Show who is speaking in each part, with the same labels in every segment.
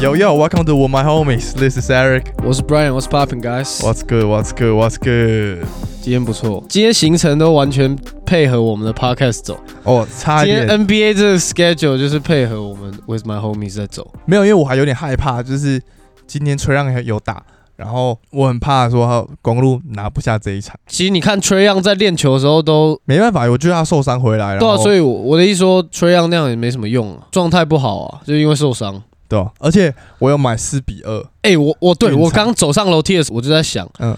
Speaker 1: Yo yo, welcome to With My Homies. This is Eric.
Speaker 2: 我是 Brian，What's popping, guys？
Speaker 1: What's good? What's good? What's good?
Speaker 2: 今天不错，今天行程都完全配合我们的 podcast 走。
Speaker 1: 哦，差一
Speaker 2: 今天
Speaker 1: 点
Speaker 2: NBA 这个 schedule 就是配合我们 With My Homies 在走。
Speaker 1: 没有，因为我还有点害怕，就是今天吹让有打，然后我很怕说公路拿不下这一场。
Speaker 2: 其实你看 Trey Young 在练球的时候都
Speaker 1: 没办法，我觉得他受伤回来了。
Speaker 2: 对啊，所
Speaker 1: 以
Speaker 2: 以我我的意思说 Trey Young 那样也没什么用啊，状态不好啊，就因为受伤。
Speaker 1: 对啊，而且我有买四比二，
Speaker 2: 哎、我我对
Speaker 1: 运
Speaker 2: 我
Speaker 1: 彩
Speaker 2: 刚走上楼梯的时候，我就在想，
Speaker 1: 嗯，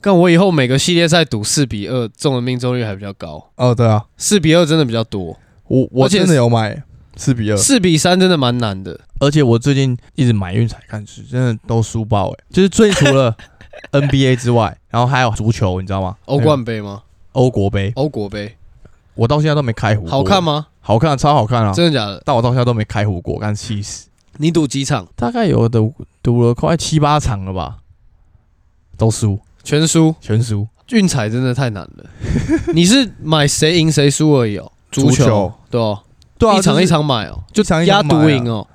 Speaker 2: 但我以后每个系列赛赌四比二，中的命中率还比较高，
Speaker 1: 哦，对啊，
Speaker 2: 四比二真的比较多，
Speaker 1: 我我
Speaker 2: 而且
Speaker 1: 真的有买四比二，
Speaker 2: 四比三真的蛮难的。
Speaker 1: 而且我最近一直买运彩看是真的都输爆哎、就是最近除 了 NBA 之外，然后还有足球，你知道吗？
Speaker 2: 欧冠杯吗？
Speaker 1: 欧国杯，
Speaker 2: 欧国杯
Speaker 1: 我到现在都没开胡过，
Speaker 2: 好看吗？
Speaker 1: 好看，超好看啊！
Speaker 2: 真的假的？
Speaker 1: 但我到现在都没开胡过，干气死！
Speaker 2: 你赌几场？
Speaker 1: 大概有的赌了快七八场了吧，都输，
Speaker 2: 全输。
Speaker 1: 全输。
Speaker 2: 运彩真的太难 了，你是买谁赢谁输而已哦。
Speaker 1: 足球
Speaker 2: 对哦，
Speaker 1: 对啊，
Speaker 2: 一场
Speaker 1: 就是
Speaker 2: 一场买哦，
Speaker 1: 一场一
Speaker 2: 压
Speaker 1: 场买啊
Speaker 2: 独赢哦，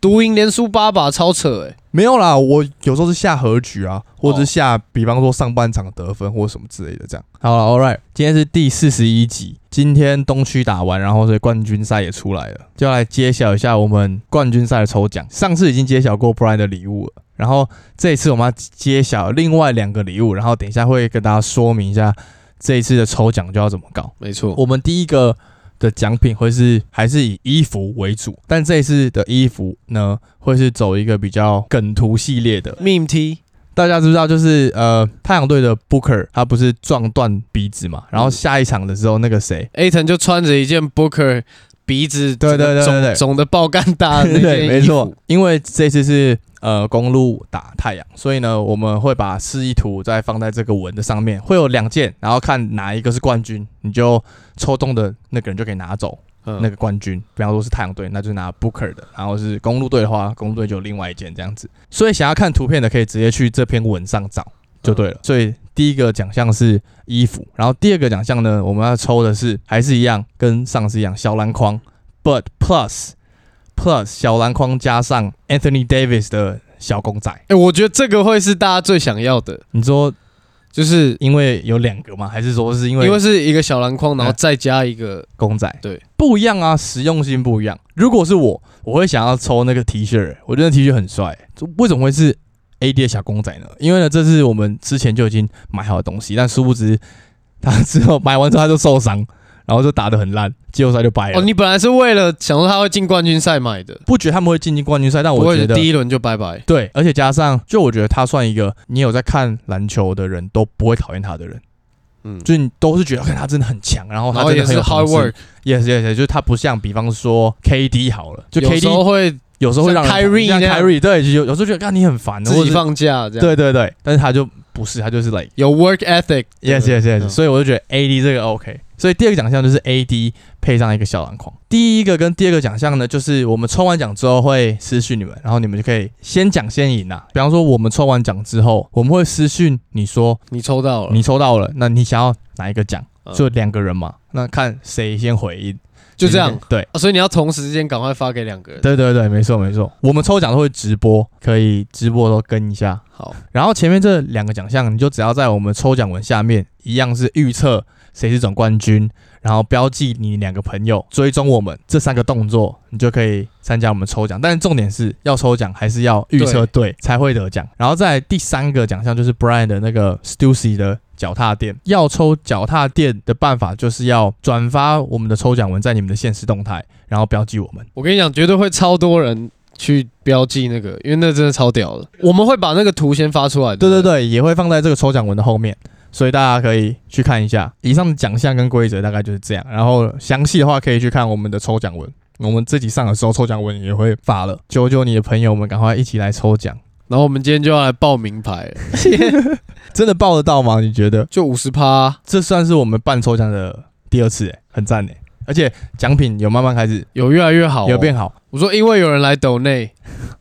Speaker 2: 独赢连输八把，超扯哎。
Speaker 1: 没有啦，我有时候是下和局啊，或者是下，比方说上半场得分或什么之类的，这样。好了，All right，今天是第四十一集，今天东区打完，然后所以冠军赛也出来了，就要来揭晓一下我们冠军赛的抽奖。上次已经揭晓过 Brian 的礼物了，然后这一次我们要揭晓另外两个礼物，然后等一下会跟大家说明一下这一次的抽奖就要怎么搞。
Speaker 2: 没错，
Speaker 1: 我们第一个的奖品会是还是以衣服为主，但这一次的衣服呢，会是走一个比较梗图系列的。
Speaker 2: 命 T
Speaker 1: 大家知不知道，就是呃，太阳队的 Booker 他不是撞断鼻子嘛，然后下一场的时候，那个谁，
Speaker 2: A 腾就穿着一件 Booker 鼻子
Speaker 1: 对对对对对
Speaker 2: 肿肿的爆干大啊的那件衣服，
Speaker 1: 没错，因为这次是呃公路打太阳，所以呢，我们会把示意图再放在这个文的上面，会有两件，然后看哪一个是冠军，你就抽中的那个人就可以拿走。
Speaker 2: 嗯
Speaker 1: 那个冠军，比方说是太阳队，那就拿 Booker 的；然后是公路队的话，公路队就有另外一件这样子。所以想要看图片的，可以直接去这篇文上找就对了。所以第一个奖项是衣服，然后第二个奖项呢，我们要抽的是还是一样，跟上次一样，小篮筐，But Plus Plus 小篮筐加上 Anthony Davis 的小公仔。
Speaker 2: 哎、我觉得这个会是大家最想要的，
Speaker 1: 你说
Speaker 2: 就是
Speaker 1: 因为有两个吗？还是说是因为
Speaker 2: 因为是一个小篮筐，然后
Speaker 1: 嗯
Speaker 2: 再加一个，
Speaker 1: 公仔，
Speaker 2: 对，
Speaker 1: 不一样啊，实用性不一样。如果是我，我会想要抽那个 T 恤欸，我觉得 T 恤很帅欸。这为什么会是 A D 的小公仔呢？因为呢，这是我们之前就已经买好的东西，但殊不知他之后买完之后他就受伤，然后就打得很烂，季后赛就掰了。
Speaker 2: 哦，你本来是为了想说他会进冠军赛买的，
Speaker 1: 不觉得他们会进冠军赛，但
Speaker 2: 不
Speaker 1: 我
Speaker 2: 会
Speaker 1: 觉得
Speaker 2: 第一轮就拜拜。
Speaker 1: 对，而且加上，就我觉得他算一个你有在看篮球的人都不会讨厌他的人，
Speaker 2: 嗯，
Speaker 1: 就你都是觉得看他真的很强，然后
Speaker 2: 然
Speaker 1: 他哦
Speaker 2: 后
Speaker 1: 真
Speaker 2: 也
Speaker 1: 的很
Speaker 2: 是
Speaker 1: 有
Speaker 2: hard
Speaker 1: 同事
Speaker 2: work，
Speaker 1: Yes, yes, yes，就是他不像，比方说 KD 好了，就
Speaker 2: 有时
Speaker 1: KD
Speaker 2: 候会
Speaker 1: 有时候会让人
Speaker 2: 像 Kyrie
Speaker 1: 像
Speaker 2: 那样
Speaker 1: Kyrie 对，就有有时候觉得啊你很烦，
Speaker 2: 自
Speaker 1: 或
Speaker 2: 己
Speaker 1: 是
Speaker 2: 放假这样，
Speaker 1: 对对对，但是他就不是，他就是 like
Speaker 2: 有 work ethic。
Speaker 1: yes
Speaker 2: 对
Speaker 1: yes
Speaker 2: 嗯
Speaker 1: yes，所以我就觉得 AD 这个 OK。所以第二个奖项就是 AD 配上一个小篮筐。第一个跟第二个奖项呢，就是我们抽完奖之后会私讯你们，然后你们就可以先奖先赢啊。比方说我们抽完奖之后，我们会私讯你说
Speaker 2: 你抽到了，
Speaker 1: 你抽到了，那你想要哪一个奖？
Speaker 2: 哦嗯
Speaker 1: 就两个人嘛，那看谁先回应，
Speaker 2: 就这样
Speaker 1: 谁先。对。
Speaker 2: 啊所以你要同时间赶快发给两个人。
Speaker 1: 对对对，没错没错，我们抽奖都会直播，可以直播都跟一下。
Speaker 2: 好，
Speaker 1: 然后前面这两个奖项，你就只要在我们抽奖文下面，一样是预测谁是总冠军，然后标记你两个朋友，追踪我们这三个动作，你就可以参加我们抽奖。但是重点是要抽奖还是要预测对才会得奖。然后再来第三个奖项就是 Brian 的那个 Stussy 的脚踏垫，要抽脚踏垫的办法就是要转发我们的抽奖文在你们的现实动态，然后标记我们。
Speaker 2: 我跟你讲，绝对会超多人去标记那个，因为那真的超屌的。我们会把那个图先发出来。
Speaker 1: 对对
Speaker 2: 不，
Speaker 1: 对，也会放在这个抽奖文的后面，所以大家可以去看一下。以上的奖项跟规则大概就是这样，然后详细的话可以去看我们的抽奖文。我们这集上的时候，抽奖文也会发了，求求你的朋友们赶快一起来抽奖，
Speaker 2: 然后我们今天就要来报名牌了，
Speaker 1: 真的报得到吗？你觉得？
Speaker 2: 就五十趴，
Speaker 1: 这算是我们办抽奖的第二次、欸，很赞诶、而且奖品有慢慢开始
Speaker 2: 有越来越好哦。
Speaker 1: 有变好，
Speaker 2: 我说，因为有人来抖内，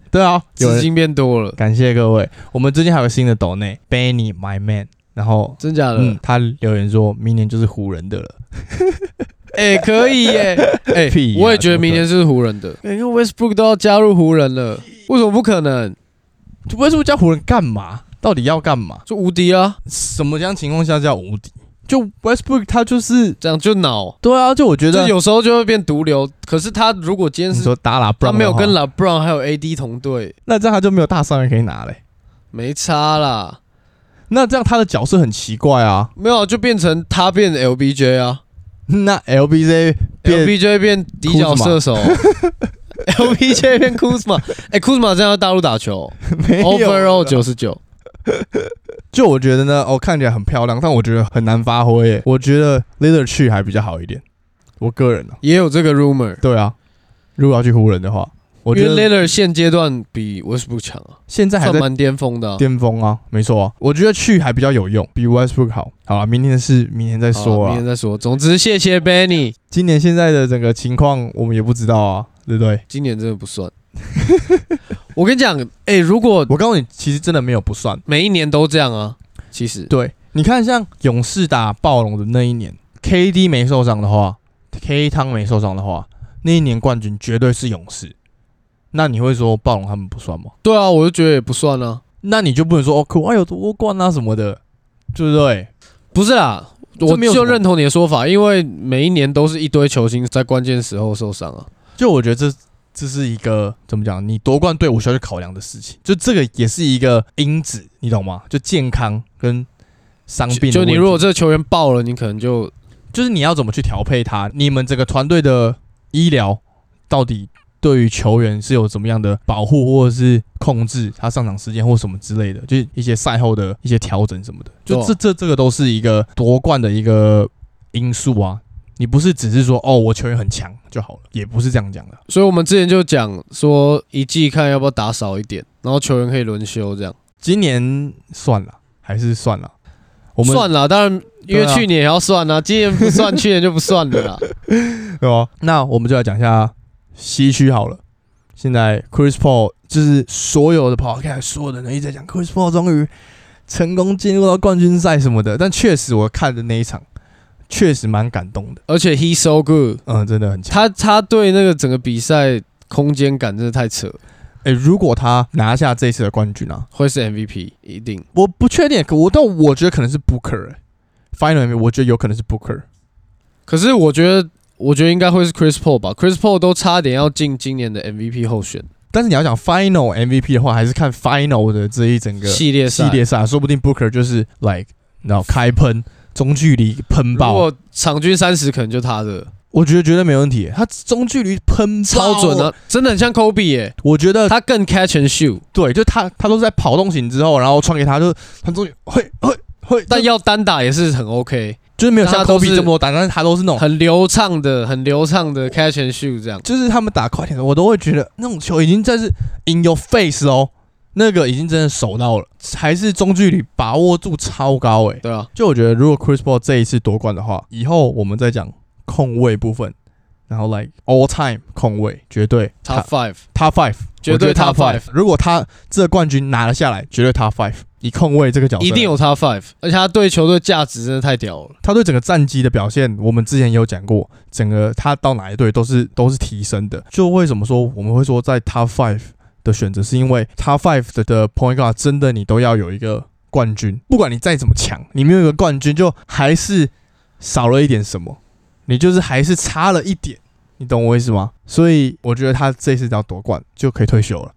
Speaker 1: 对啊，有
Speaker 2: 资
Speaker 1: 人
Speaker 2: 金变多了，
Speaker 1: 感谢各位。我们最近还有个新的抖内，Benny My Man，然后
Speaker 2: 真假的？
Speaker 1: 嗯，他留言说明年就是湖人的了。
Speaker 2: 哎、可以耶、哎、
Speaker 1: 屁呀
Speaker 2: 我也觉得明年是湖人的，哎因为 Westbrook 都要加入湖人了，为什么不可能？
Speaker 1: 为什么叫湖人干嘛？到底要干嘛？
Speaker 2: 就无敌啊，
Speaker 1: 什么样情况下叫无敌？就 Westbrook 他就是
Speaker 2: 这样就恼，
Speaker 1: 对啊，就我觉
Speaker 2: 就
Speaker 1: 得
Speaker 2: 有时候就会变毒瘤。可是他如果今天
Speaker 1: 你
Speaker 2: 是
Speaker 1: 说打拉布
Speaker 2: 他
Speaker 1: 朗
Speaker 2: 没有跟
Speaker 1: 了，
Speaker 2: LeBron 还有 AD 同队，
Speaker 1: 那这样他就没有大三元可以拿嘞、
Speaker 2: 没差啦，
Speaker 1: 那这样他的角色很奇怪啊。
Speaker 2: 没有就变成他变 LBJ 啊
Speaker 1: 那 LBJ 变
Speaker 2: ，LBJ 变底角
Speaker 1: Kuzma
Speaker 2: 射手 ，LBJ 变 Kuzma，哎、k u z m a 这样要大陆打球
Speaker 1: 没有
Speaker 2: ，Overall
Speaker 1: 了
Speaker 2: 九十九，
Speaker 1: 就我觉得呢，哦，看起来很漂亮，但我觉得很难发挥耶。我觉得 Leader 去还比较好一点，我个人呢、啊
Speaker 2: 也有这个 rumor。
Speaker 1: 对啊，如果要去湖人的话，我觉
Speaker 2: 因
Speaker 1: 得
Speaker 2: 为 Lillard 现阶段比 Westbrook 强啊，
Speaker 1: 现在还
Speaker 2: 算
Speaker 1: 在
Speaker 2: 蛮巅峰的啊、
Speaker 1: 巅峰啊，没错啊，我觉得去还比较有用，比 Westbrook 好。好了，明天的事明天再
Speaker 2: 好
Speaker 1: 说
Speaker 2: 哦啦
Speaker 1: 啊
Speaker 2: 明天。再说。总之，谢谢 Benny，
Speaker 1: 今年现在的整个情况我们也不知道啊，对不对？
Speaker 2: 今年真的 不算。我跟你讲，哎、如果
Speaker 1: 我告诉你，其实真的没有不算。
Speaker 2: 每一年都这样啊，其实
Speaker 1: 对，你看像勇士打暴龙的那一年，KD 没受伤的话，K 汤没受伤的话，那一年冠军绝对是勇士。那你会说暴龙他们不算吗？
Speaker 2: 对啊，我就觉得也不算啊，
Speaker 1: 那你就不能说哦，可爱有夺冠啊什么的，对不对？
Speaker 2: 不是啦，
Speaker 1: 这
Speaker 2: 我
Speaker 1: 没有
Speaker 2: 就
Speaker 1: 什么
Speaker 2: 认同你的说法，因为每一年都是一堆球星在关键时候受伤啊。
Speaker 1: 就我觉得这这是一个怎么讲，你夺冠队伍需要去考量的事情，就这个也是一个因子，你懂吗？就健康跟伤病的
Speaker 2: 就就你
Speaker 1: 问题
Speaker 2: 如果这个球员爆了，你可能就
Speaker 1: 就是你要怎么去调配他，你们整个团队的医疗到底对于球员是有怎么样的保护或者是控制他上场时间或什么之类的，就是一些赛后的一些调整什么的，就
Speaker 2: 对啊
Speaker 1: 这这这个都是一个夺冠的一个因素啊。你不是只是说哦，我球员很强就好了，也不是这样讲的。
Speaker 2: 所以我们之前就讲说一季看要不要打少一点，然后球员可以轮休这样。
Speaker 1: 今年算了，还是算了。我们
Speaker 2: 算了，当然，因为
Speaker 1: 对啊
Speaker 2: 去年也要算啊，今年不算，去年就不算了 啦。
Speaker 1: 对哦，那我们就来讲一下西区好了。现在 Chris Paul 就是所有的 podcast 所有的人一直在讲 Chris Paul 终于成功进入到冠军赛什么的，但确实我看的那一场确实蛮感动的，
Speaker 2: 而且 he so good，
Speaker 1: 嗯，真的很强。
Speaker 2: 他他对那个整个比赛空间感真的太扯，
Speaker 1: 诶，如果他拿下这一次的冠军啊，
Speaker 2: 会是 MVP 一定。
Speaker 1: 我不确定，可我但我觉得可能是 Booker、欸。Final，MVP 我觉得有可能是 Booker。
Speaker 2: 可是我觉得，我觉得应该会是 Chris Paul 吧，Chris Paul 都差点要进今年的 MVP 候选
Speaker 1: 但是你要讲 Final MVP 的话，还是看 Final 的这一整个
Speaker 2: 系列
Speaker 1: 系
Speaker 2: 赛。
Speaker 1: 列赛，说不定 Booker 就是 like 然后开喷中距离喷
Speaker 2: 如
Speaker 1: 爆，
Speaker 2: 果场均三十，可能就他的
Speaker 1: 我觉得绝对没问题。他中距离喷爆
Speaker 2: 超准啊！，真的很像 Kobe 耶、
Speaker 1: 我觉得他
Speaker 2: 他更 catch and shoot，
Speaker 1: 对，就他他都是在跑动型之后，然后传给他就他中距会会会，
Speaker 2: 但
Speaker 1: 就
Speaker 2: 要单打也是很 OK，
Speaker 1: 就是没有像
Speaker 2: 他都
Speaker 1: Kobe
Speaker 2: 是
Speaker 1: 这么多打，但是他都是那种。
Speaker 2: 很流畅的，很流畅的 catch and shoot 这样。
Speaker 1: 就是他们打快点的，我都会觉得那种球已经在是 in your face 哦，那个已经真的守到了，还是中距离把握度超高欸诶、
Speaker 2: 对啊，
Speaker 1: 就我觉得，如果 Chris Paul 这一次夺冠的话，以后我们再讲控卫部分，然后 like all time 控卫绝对
Speaker 2: Top Five。
Speaker 1: top five，
Speaker 2: 绝对
Speaker 1: 我觉得
Speaker 2: top five
Speaker 1: 如果他这冠军拿了下来，绝对 top five。以控卫这个角色，
Speaker 2: 一定。有 top five，而且他对球队价值真的太屌了。
Speaker 1: 他对整个战绩的表现，我们之前也有讲过，整个他到哪一队都是都是提升的。就为什么说我们会说在 top five 的选择，是因为 top five 的的 point guard 真的你都要有一个冠军，不管你再怎么强，你没有一个冠军，就还是少了一点什么，你就是还是差了一点，你懂我意思吗？所以我觉得他这次只要夺冠就可以退休了。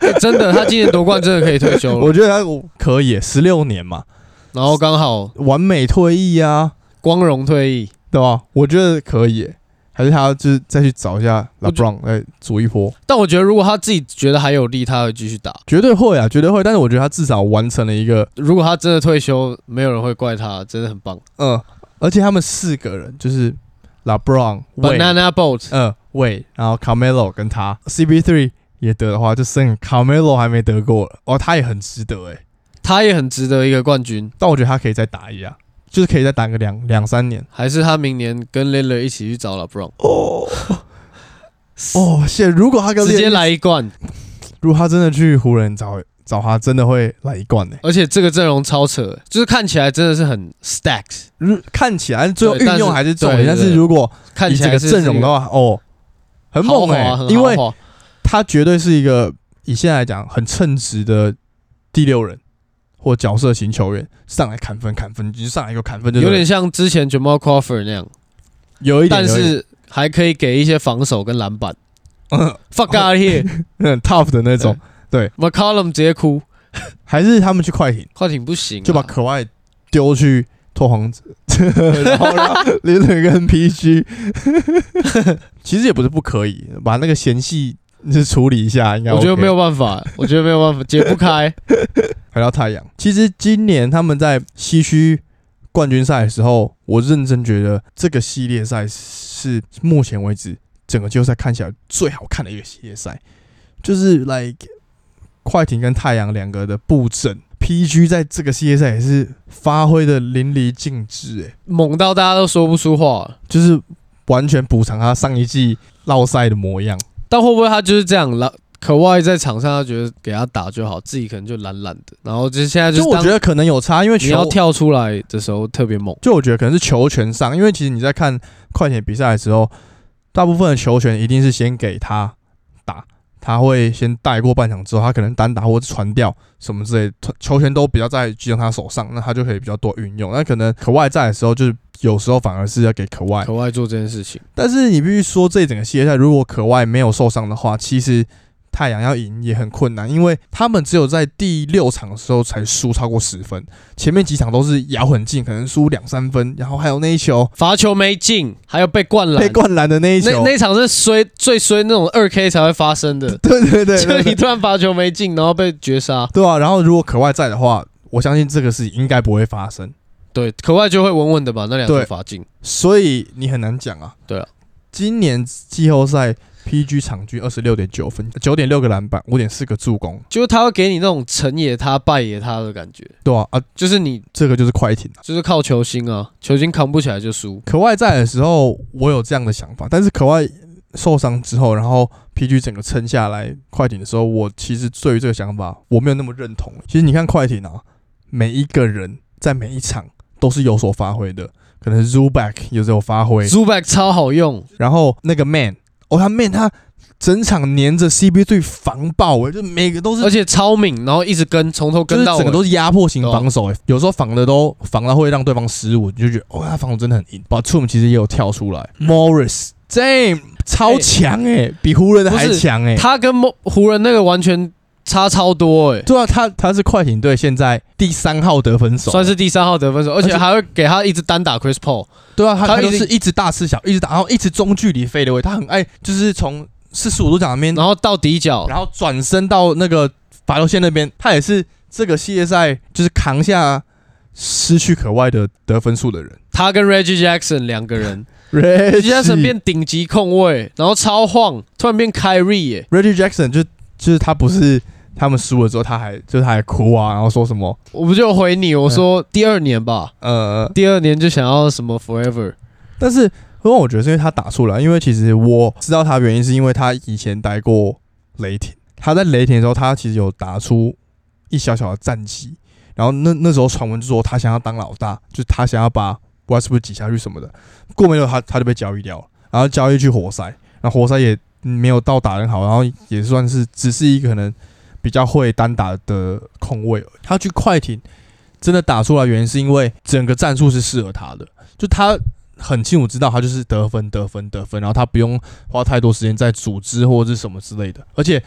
Speaker 2: 欸真的，他今年夺冠真的可以退休 了。
Speaker 1: 我觉得他我可以十六年嘛，
Speaker 2: 然后刚好
Speaker 1: 完美退役啊，
Speaker 2: 光荣退役，
Speaker 1: 对吧？我觉得可以耶，还是他就是再去找一下
Speaker 2: 我觉
Speaker 1: LeBron 来组一波，
Speaker 2: 但我觉得如果他自己觉得还有力，他会继续打。
Speaker 1: 绝对会啊，绝对会。但是我觉得他至少完成了一个，
Speaker 2: 如果他真的退休，没有人会怪他，真的很棒。
Speaker 1: 嗯，而且他们四个人就是 LeBron、Wade，
Speaker 2: Banana Boat
Speaker 1: 嗯，Wade，然后 Carmelo 跟他 CB3 也得的话，就剩 Carmelo 还没得过了，哦，他也很值得哎，
Speaker 2: 他也很值得一个冠军，
Speaker 1: 但我觉得他可以再打一下，就是可以再打个两两三年。
Speaker 2: 还是他明年跟 Lillard 一起去找 LeBron，
Speaker 1: 哦哦，谢，如果他跟
Speaker 2: 直接
Speaker 1: Lillard
Speaker 2: 来一冠。
Speaker 1: 如果他真的去湖人找找他，真的会来一冠呢、欸
Speaker 2: 而且这个阵容超扯，就是看起来真的是很 stacks，
Speaker 1: 如看起来最后
Speaker 2: 对但
Speaker 1: 运
Speaker 2: 是
Speaker 1: 用还是重
Speaker 2: 对
Speaker 1: 点，
Speaker 2: 对
Speaker 1: 但
Speaker 2: 对
Speaker 1: 是如果
Speaker 2: 看
Speaker 1: 以
Speaker 2: 起
Speaker 1: 这
Speaker 2: 来
Speaker 1: 个
Speaker 2: 是
Speaker 1: 阵容的
Speaker 2: 是
Speaker 1: 话，哦，很
Speaker 2: 豪
Speaker 1: 猛
Speaker 2: 华
Speaker 1: 哎、
Speaker 2: 很
Speaker 1: 因为
Speaker 2: 豪华
Speaker 1: 他绝对是一个以现在来讲很称职的第六人或角色型球员，上来砍分砍分，就是上来一个砍分就对
Speaker 2: 有
Speaker 1: 了，
Speaker 2: 点像之前 Jamal Crawford 那样，
Speaker 1: 有一点，
Speaker 2: 但
Speaker 1: 有一点
Speaker 2: 是还可以给一些防守跟篮板。
Speaker 1: 嗯
Speaker 2: Fuck out here，
Speaker 1: 很 tough 的那种，
Speaker 2: McCollum 直接哭，
Speaker 1: 还是他们去快艇
Speaker 2: 快艇不行啊，
Speaker 1: 就把可外丢去拓荒者，然后让林肯跟 PG，其实也不是不可以，把那个嫌隙就是处理一下，应该、
Speaker 2: 我觉得没有。办法，我觉得没有办法解 不开。
Speaker 1: 回到太阳，其实今年他们在西区冠军赛的时候，我认真觉得这个系列赛是目前为止整个季后赛看起来最好看的一个系列赛，就是 like 快艇跟太阳两个的布阵。PG 在这个系列赛也是发挥的淋漓尽致、欸，
Speaker 2: 猛到大家都说不出话了。
Speaker 1: 就是完全补偿他上一季落赛的模样。
Speaker 2: 但会不会他就是这样了？可外在场上，他觉得给他打就好，自己可能就懒懒的，然后就是现在就
Speaker 1: 就是我
Speaker 2: 当
Speaker 1: 觉得可能有差，因为
Speaker 2: 你要
Speaker 1: 球，
Speaker 2: 跳出来的时候特别猛，
Speaker 1: 就我觉得可能是球权上，因为其实你在看快艇比赛的时候，大部分的球权一定是先给他打，他会先带过半场之后，他可能单打或者传掉什么之类的，球权都比较在集中他手上，那他就可以比较多运用。那可能可外在的时候，就是有时候反而是要给可外，
Speaker 2: 可外做这件事情。
Speaker 1: 但是你必须说，这整个系列赛如果可外没有受伤的话，其实太阳要赢也很困难，因为他们只有在第六场的时候才输超过十分，前面几场都是咬很近，可能输两三分，然后还有那一 球
Speaker 2: 罚球没进，还有被灌篮，
Speaker 1: 被灌篮的那一
Speaker 2: 那
Speaker 1: 球，
Speaker 2: 啊那场是衰最衰那种二 K 才会发生的，
Speaker 1: 对对对
Speaker 2: 就
Speaker 1: 对
Speaker 2: 你
Speaker 1: 对，
Speaker 2: 突然罚球没进，然后被绝杀，
Speaker 1: 对啊。然后如果可外在的话，我相信这个事情应该不会发生，
Speaker 2: 对，可外就会稳稳的把那两个
Speaker 1: 对
Speaker 2: 罚进。
Speaker 1: 所以你很难讲啊。
Speaker 2: 对啊，
Speaker 1: 今年季后赛 PG 场均二十六点九分，九点六个篮板，五点四个助攻，
Speaker 2: 就是他会给你那种成也他败也他的感觉，
Speaker 1: 对啊啊，
Speaker 2: 就是你
Speaker 1: 这个就是快艇啊。
Speaker 2: 就是靠球星啊，球星扛不起来就输。
Speaker 1: 可外在的时候，我有这样的想法，但是可外受伤之后，然后 PG 整个撑下来快艇的时候，我其实对于这个想法我没有那么认同。其实你看快艇啊，每一个人在每一场都是有所发挥的，可能 Zuback 有所发挥，
Speaker 2: Zubac 超好用，
Speaker 1: 然后那个 Man，哦他 Man 他整场黏着 CB 队防爆、欸，就每个都是
Speaker 2: 而且超敏，然后一直跟从头
Speaker 1: 就是
Speaker 2: 跟到
Speaker 1: 整个
Speaker 2: 尾。
Speaker 1: 都是压迫型
Speaker 2: 对啊
Speaker 1: 防守、欸，有时候防的都防到会让对方失误，你就觉得哦，他防守真的很硬。把 Trum 其实也有跳出来，Morris
Speaker 2: 嗯
Speaker 1: James 超强哎、比湖人的还强哎、
Speaker 2: 他跟莫湖人那个完全差超多哎、
Speaker 1: 对啊，他他是快艇队现在第三号得分手，
Speaker 2: 算是第三号得分手，而且
Speaker 1: 欸而且
Speaker 2: 还会给他一直单打 Chris Paul，
Speaker 1: 对啊，他
Speaker 2: 他
Speaker 1: 他就
Speaker 2: 一直
Speaker 1: 是一直大吃小，一直打，然后一直中距离飞的位，他很爱就是从四十五度角那边，
Speaker 2: 然后到底角，
Speaker 1: 然后转身到那个罚球线那边，他也是这个系列赛就是扛下失去可外的得分数的人。
Speaker 2: 他跟 Reggie Jackson 两个 人
Speaker 1: Reggie
Speaker 2: ，Reggie Jackson 变顶级控卫，然后超晃，突然变 Kyrie 欸耶、
Speaker 1: Reggie Jackson 就就是他不是他们输了之后，他还就是他还哭啊，然后说什么
Speaker 2: 我不就回你，我说第二年吧，
Speaker 1: 呃，
Speaker 2: 第二年就想要什么 Forever，
Speaker 1: 但是因为我觉得是因为他打出来，因为其实我知道他的原因是因为他以前待过雷霆，他在雷霆的时候，他其实有打出一小小的战绩，然后那那时候传闻就说他想要当老大，就是他想要把 Westbrook 挤下去什么的，过没多久他他就被交易掉了，然后交易去活塞，然后活塞也没有到打得很好，然后也算是只是一个可能比较会单打的控卫。他去快艇真的打出来，原因是因为整个战术是适合他的，就他很清楚知道他就是得分、得分、得分，然后他不用花太多时间在组织或者是什么之类的。而且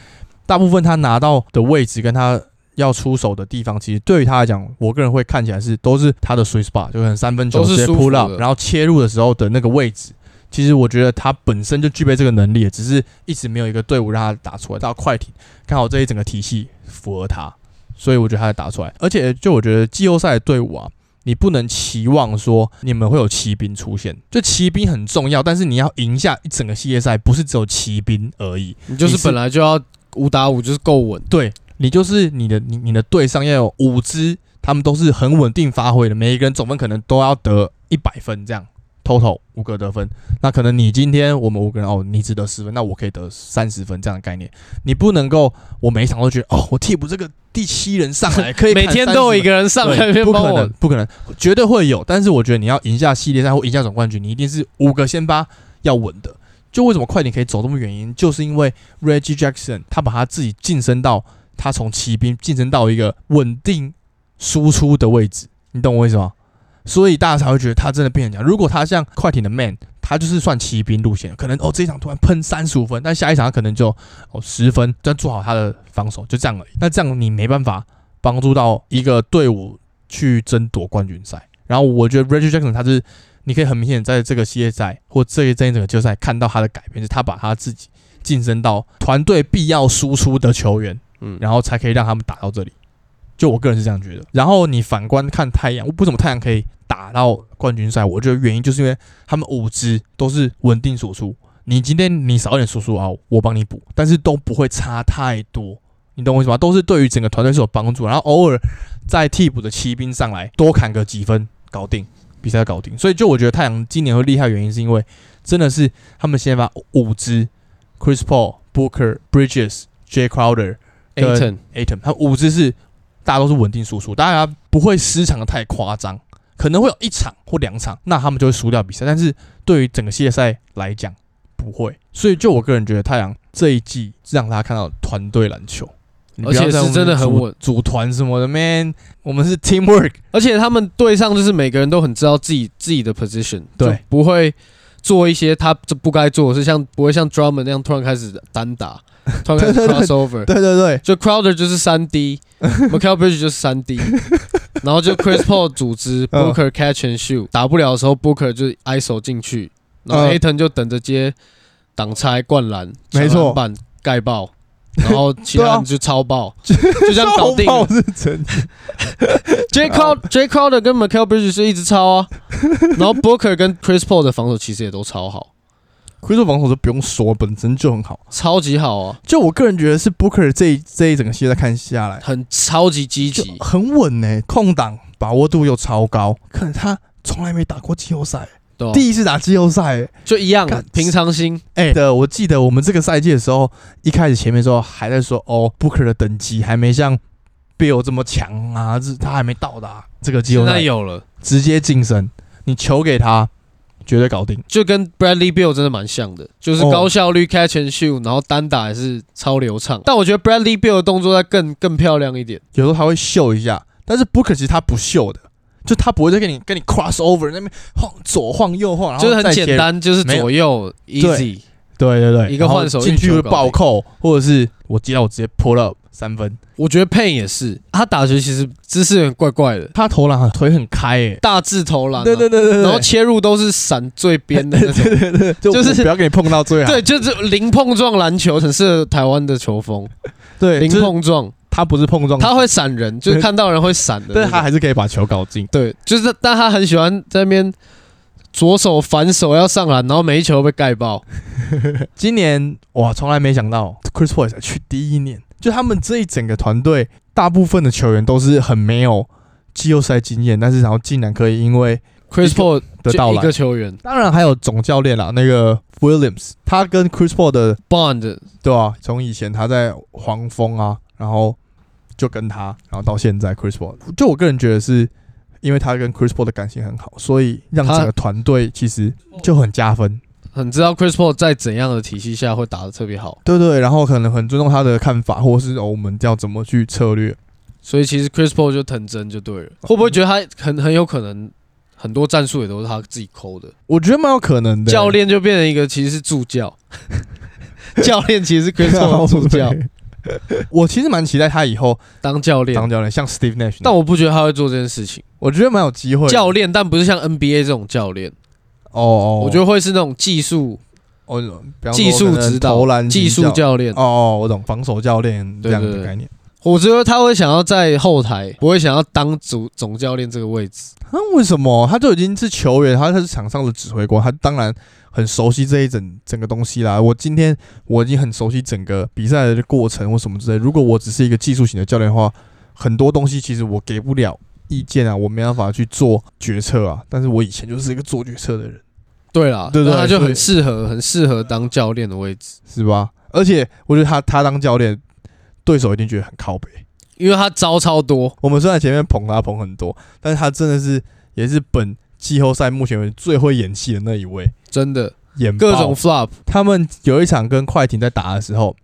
Speaker 1: 大部分他拿到的位置跟他要出手的地方，其实对于他来讲，我个人会看起来是都是他的 sweet spot，就可能三分球
Speaker 2: 都
Speaker 1: 直
Speaker 2: 是
Speaker 1: 接
Speaker 2: 舒服
Speaker 1: pull up，
Speaker 2: 的
Speaker 1: 然后切入的时候的那个位置。其实我觉得他本身就具备这个能力，只是一直没有一个队伍让他打出来。到快艇刚好这一整个体系符合他，所以我觉得他才打出来。而且就我觉得季后赛的队伍啊，你不能期望说你们会有骑兵出现，就骑兵很重要，但是你要赢下一整个系列赛，不是只有骑兵而已。
Speaker 2: 你就是
Speaker 1: 你是
Speaker 2: 本来就要五打五，就是够稳。
Speaker 1: 对你就是你的你你的队上要有五支，他们都是很稳定发挥的，每一个人总分可能都要得一百分这样。 total 五个得分。那可能你今天我们五个人哦，你只得十分，那我可以得三十分这样的概念。你不能够我每一场都觉得哦，我替补这个第七人上来哎 可以
Speaker 2: 每
Speaker 1: 砍
Speaker 2: 天都有
Speaker 1: 30
Speaker 2: 一个人上来那
Speaker 1: 对
Speaker 2: 边
Speaker 1: 不
Speaker 2: 帮
Speaker 1: 可能
Speaker 2: 我，，
Speaker 1: 不可能，绝对会有。但是我觉得你要赢下系列赛或赢下总冠军，你一定是五个先发要稳的。就为什么快艇可以走这么远，因就是因为 Reggie Jackson 他把他自己晋升到他从骑兵晋升到一个稳定输出的位置，你懂我意思吗？所以大家才会觉得他真的变很强。如果他像快艇的 Man，他就是算骑兵路线，可能哦这一场突然喷三十五分，但下一场他可能就哦十分，但做好他的防守就这样而已。那这样你没办法帮助到一个队伍去争夺冠军赛。然后我觉得 Reggie Jackson 他是，你可以很明显在这个系列赛或这一这一整个季后赛看到他的改变，就是他把他自己晋升到团队必要输出的球员，
Speaker 2: 嗯，
Speaker 1: 然后才可以让他们打到这里。就我个人是这样觉得。然后你反观看太阳，为什么太阳可以打到冠军赛？我觉得原因就是因为他们五支都是稳定输出。你今天你少一点输出啊，我帮你补，但是都不会差太多。你懂我意思吗？都是对于整个团队是有帮助，然后偶尔在替补的骑兵上来多砍个几分，搞定比赛搞定。所以就我觉得太阳今年会厉害，原因是因为真的是他们先把五支 Chris Paul、Booker、Bridges、J Crowder、
Speaker 2: a t o n
Speaker 1: Atom，他五支是大家都是稳定输出，大家不会失常的太夸张，可能会有一场或两场，那他们就会输掉比赛。但是对于整个系列赛来讲，不会。所以就我个人觉得，太阳这一季让大家看到团队篮球，你不
Speaker 2: 而
Speaker 1: 要
Speaker 2: 且
Speaker 1: 在
Speaker 2: 是
Speaker 1: 我们
Speaker 2: 真的很
Speaker 1: 组
Speaker 2: 稳
Speaker 1: 组团什么的，man，我们是 teamwork，
Speaker 2: 而且他们队上就是每个人都很知道自己自己的 position，
Speaker 1: 对，
Speaker 2: 不会做一些他这不该做的事，像不会像 Drummond 那样突然开始 单打，突然
Speaker 1: 对
Speaker 2: 开始
Speaker 1: 对对
Speaker 2: crossover，
Speaker 1: 对对对，
Speaker 2: 就 Crowder 就是三 D，Michael Bridge 就是三 D，然后就 Chris Paul 组织
Speaker 1: 嗯
Speaker 2: Booker catch and shoot，打不了的时候 Booker 就 ISO 进去，然后
Speaker 1: 嗯
Speaker 2: Aton 就等着接挡拆灌篮，
Speaker 1: 没错
Speaker 2: 半盖爆，然后其他
Speaker 1: 对啊
Speaker 2: 人就 超爆，就这样搞定了
Speaker 1: 超。爆是真 的，
Speaker 2: J Crowder J Crowder 跟 Michael Bridges 是一直超啊，然后 Booker 跟 Chris Paul 的防守其实也都超好，
Speaker 1: 回头防守就不用说，本身就很好。
Speaker 2: 超级好啊，
Speaker 1: 就我个人觉得是 Booker 这一这一整个系列赛看下来，
Speaker 2: 很超级积
Speaker 1: 就
Speaker 2: 极。
Speaker 1: 很稳呢、空档把握度又超高，可能他从来没打过季后赛，
Speaker 2: 对啊，
Speaker 1: 第一次打季后赛、欸。
Speaker 2: 就一样
Speaker 1: 干
Speaker 2: 平常心，
Speaker 1: 哎、的，我记得我们这个赛季的时候，一开始前面的时候还在说，哦，Booker 的等级还没像 Bill 这么强啊，这他还没到达这个季
Speaker 2: 现
Speaker 1: 后
Speaker 2: 在
Speaker 1: 赛，
Speaker 2: 有了，
Speaker 1: 直接晋升，你球给他，绝对搞定。
Speaker 2: 就跟 Bradley Bill 真的蛮像的，就是
Speaker 1: 哦
Speaker 2: 高效率 catch and shoot，然后单打也是超流畅。但我觉得 Bradley Bill 的动作再更更漂亮一点，
Speaker 1: 有时候他会秀一下，但是 Booker 其实他不秀的，就他不会再跟你跟你 cross over 那边晃左晃右晃，然后
Speaker 2: 就是很
Speaker 1: 再切
Speaker 2: 简
Speaker 1: 入
Speaker 2: 单，就是
Speaker 1: 没有
Speaker 2: 左右 easy。
Speaker 1: 对对对，
Speaker 2: 一个
Speaker 1: 然后
Speaker 2: 换手
Speaker 1: 进
Speaker 2: 运
Speaker 1: 去
Speaker 2: 球
Speaker 1: 会
Speaker 2: 搞
Speaker 1: 暴
Speaker 2: 定
Speaker 1: 扣，或者是我接到我直接 pull up 三分。
Speaker 2: 我觉得 Payne 也是，他打球其实姿势有点怪怪的，
Speaker 1: 他投篮很腿很开诶、
Speaker 2: 大字投篮啊、
Speaker 1: 对对对对对，
Speaker 2: 然后切入都是闪最边的那种。
Speaker 1: 对对对，就
Speaker 2: 就是
Speaker 1: 我不要给你碰到最好。
Speaker 2: 对，就是零碰撞篮球，很适合台湾的球风。
Speaker 1: 对
Speaker 2: 零
Speaker 1: 零碰
Speaker 2: 碰撞，
Speaker 1: 他不是碰撞，
Speaker 2: 他会闪人，就是看到人会闪的那
Speaker 1: 但
Speaker 2: 种。
Speaker 1: 是他还是可以把球搞进。
Speaker 2: 对，就是，但他很喜欢在那边左手反手要上篮，然后每一球被盖爆。
Speaker 1: 今年哇，从来没想到 Chris Paul 也才去第一年，就他们这一整个团队，大部分的球员都是很没有季后赛经验，但是然后竟然可以因为
Speaker 2: Chris
Speaker 1: 一个
Speaker 2: Paul
Speaker 1: 得到
Speaker 2: 就一
Speaker 1: 了
Speaker 2: 个。球员
Speaker 1: 当然还有总教练啦，那个 Williams，他跟 Chris Paul 的
Speaker 2: Bond，
Speaker 1: 对啊，从以前他在黄蜂啊，然后就跟他，然后到现在 Chris Paul，就我个人觉得是因为他跟 Chris Paul 的感情很好，所以让
Speaker 2: 他
Speaker 1: 整个团队其实就很加分。
Speaker 2: 很知道 Chris Paul 在怎样的体系下会打得特别好，
Speaker 1: 对对，然后可能很尊重他的看法，或是、哦、我们要怎么去策略。
Speaker 2: 所以其实 Chris Paul 就藤真就对了。
Speaker 1: 嗯
Speaker 2: 会不会觉得他很很有可能很多战术也都是他自己抠的？
Speaker 1: 我觉得蛮有可能的。
Speaker 2: 教练就变成一个其实是助教， 教练其实是 Chris Paul 的助 教
Speaker 1: 我其实蛮期待他以后
Speaker 2: 当教练，
Speaker 1: 当教练，像 Steve Nash 那
Speaker 2: 但
Speaker 1: 种。
Speaker 2: 我不觉得他会做这件事情。
Speaker 1: 我觉得蛮有机会的。
Speaker 2: 教练，但不是像 NBA 这种教练，
Speaker 1: 哦哦，
Speaker 2: 我觉得会是那种技术
Speaker 1: 哦，比方说
Speaker 2: 技术
Speaker 1: 可能
Speaker 2: 指
Speaker 1: 投
Speaker 2: 导、
Speaker 1: 篮
Speaker 2: 技术
Speaker 1: 教
Speaker 2: 教练
Speaker 1: 哦。哦，我懂防守教练这
Speaker 2: 对
Speaker 1: 样
Speaker 2: 对
Speaker 1: 的
Speaker 2: 对
Speaker 1: 概念。
Speaker 2: 我觉得他会想要在后台，不会想要当主总教练这个位置。
Speaker 1: 那为什么他就已经是球员，他他是场上的指挥官，他当然很熟悉这一整整个东西啦。我今天我已经很熟悉整个比赛的过程或什么之类。如果我只是一个技术型的教练的话，很多东西其实我给不了意见啊，我没办法去做决策啊。但是我以前就是一个做决策的人，
Speaker 2: 对啦，
Speaker 1: 对对
Speaker 2: 那他就
Speaker 1: 所以
Speaker 2: 很适合，很适合当教练的位置，
Speaker 1: 是吧？而且我觉得他他当教练，对手一定觉得很靠北。
Speaker 2: 因为他招超多，
Speaker 1: 我们虽然前面捧他捧很多，但是他真的是也是本季后赛目前为止最会演戏的那一位，
Speaker 2: 真的
Speaker 1: 演
Speaker 2: 各
Speaker 1: 爆
Speaker 2: 种 flop，
Speaker 1: 他们有一场跟快艇在打的时候，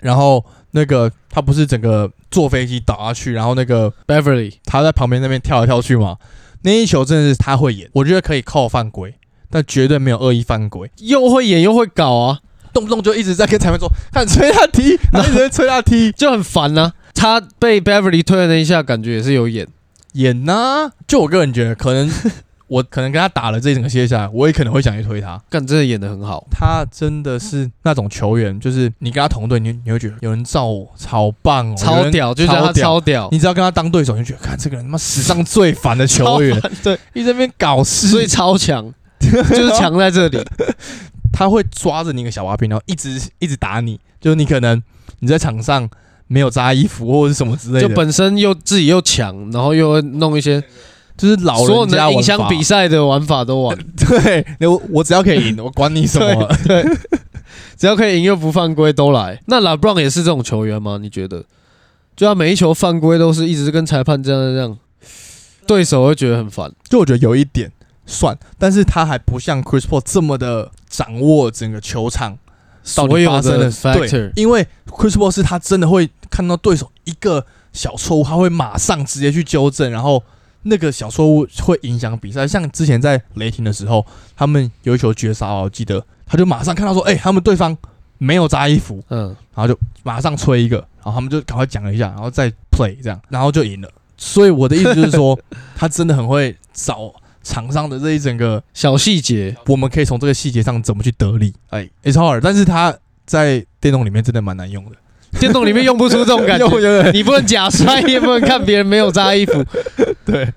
Speaker 1: 然后那个他不是整个坐飞机倒下去，然后那个
Speaker 2: Beverly
Speaker 1: 他在旁边那边跳来跳去嘛，那一球真的是他会演，我觉得可以扣犯规， 但绝对没有恶意犯规，
Speaker 2: 又会演又会搞啊，
Speaker 1: 动不动就一直在跟裁判说看吹他踢，他一直在吹他踢，
Speaker 2: 就很烦呐、他被 Beverly 推了那一下，感觉也是有演，
Speaker 1: 演呐、就我个人觉得，可能我可能跟他打了这一整个系列下来，我也可能会想去推他。
Speaker 2: 干真的演的很好，
Speaker 1: 他真的是那种球员，就是你跟他同队，你你会觉得有人罩我，超棒哦，有
Speaker 2: 超
Speaker 1: 人
Speaker 2: 屌，就是他
Speaker 1: 超屌
Speaker 2: 超屌，
Speaker 1: 你只要跟他当对手，你就觉得看这个人他妈史上最烦的球 员，
Speaker 2: 对，
Speaker 1: 一直在那边搞 事，
Speaker 2: 所以超强，就是强在这里，
Speaker 1: 他会抓着你一个小把柄，然后一直一直打你。就是你可能你在场上没有扎衣服或者是什么之类
Speaker 2: 就
Speaker 1: 的，就
Speaker 2: 本身又自己又强，然后又会弄一些
Speaker 1: 就是老
Speaker 2: 所有
Speaker 1: 人家
Speaker 2: 能
Speaker 1: 玩
Speaker 2: 影
Speaker 1: 法
Speaker 2: 响比赛的玩法都玩，
Speaker 1: 对，我我只要可以赢，我管你什么。
Speaker 2: 对，对 只要可以赢又不犯规都来。那 LeBron 也是这种球员吗？你觉得？就他每一球犯规都是一直跟裁判这样这样，对手会觉得很烦。
Speaker 1: 就我觉得有一点算，但是他还不像 Chris Paul 这么的掌握整个球场到
Speaker 2: 所
Speaker 1: 底
Speaker 2: 有
Speaker 1: 发生
Speaker 2: 的
Speaker 1: 了
Speaker 2: factor
Speaker 1: 对，因为 Chris Paul 是他真的会看到对手一个小错误，他会马上直接去纠正，然后那个小错误会影响比赛。像之前在雷霆的时候，他们有一球绝杀哦，我记得他就马上看到说，哎、他们对方没有扎衣服，
Speaker 2: 嗯，
Speaker 1: 然后就马上吹一个，然后他们就赶快讲了一下，然后再 play 这样，然后就赢了。所以我的意思就是说，他真的很会找场上的这一整个，
Speaker 2: 小细节
Speaker 1: 我们可以从这个细节上怎么去得利。哎，it's hard，但是他在电动里面真的蛮难用的，
Speaker 2: 电动里面用不出这种 感
Speaker 1: 用
Speaker 2: 觉。
Speaker 1: 用
Speaker 2: 你不能假摔，你也不能看别人没有扎衣服。
Speaker 1: 对，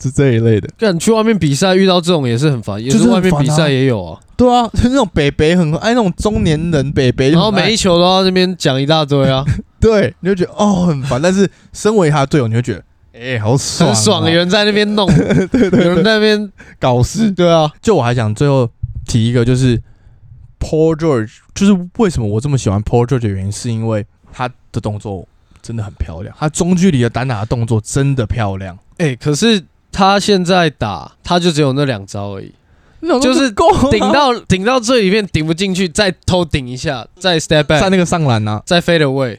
Speaker 1: 是这一类的。
Speaker 2: 干去外面比赛遇到这种也是很烦，也
Speaker 1: 就是是
Speaker 2: 外
Speaker 1: 很
Speaker 2: 面比
Speaker 1: 烦啊
Speaker 2: 赛也有啊。
Speaker 1: 对啊，就是那种北北很爱那种中年人北北，
Speaker 2: 然后每一
Speaker 1: 哎
Speaker 2: 球都要那边讲一大 堆啊，
Speaker 1: 对你就觉得哦很烦，但是身为他的队友，你就觉得哎、好爽、
Speaker 2: 很爽，有
Speaker 1: 耶，
Speaker 2: 人在 那边弄，有人在那边
Speaker 1: 搞事。
Speaker 2: 对啊，
Speaker 1: 就我还想最后提一个，就是 Paul George，就是为什么我这么喜欢 Paul George 的原因，是因为他的动作真的很漂亮，他中距离的单打的动作真的漂亮，
Speaker 2: 哎、可是他现在打，他就只有那两招而已，就是
Speaker 1: 够啊
Speaker 2: 顶到顶到最里面顶不进去，再偷顶一下，再
Speaker 1: 在
Speaker 2: step back，
Speaker 1: 那个上篮啊，
Speaker 2: 再 fade away，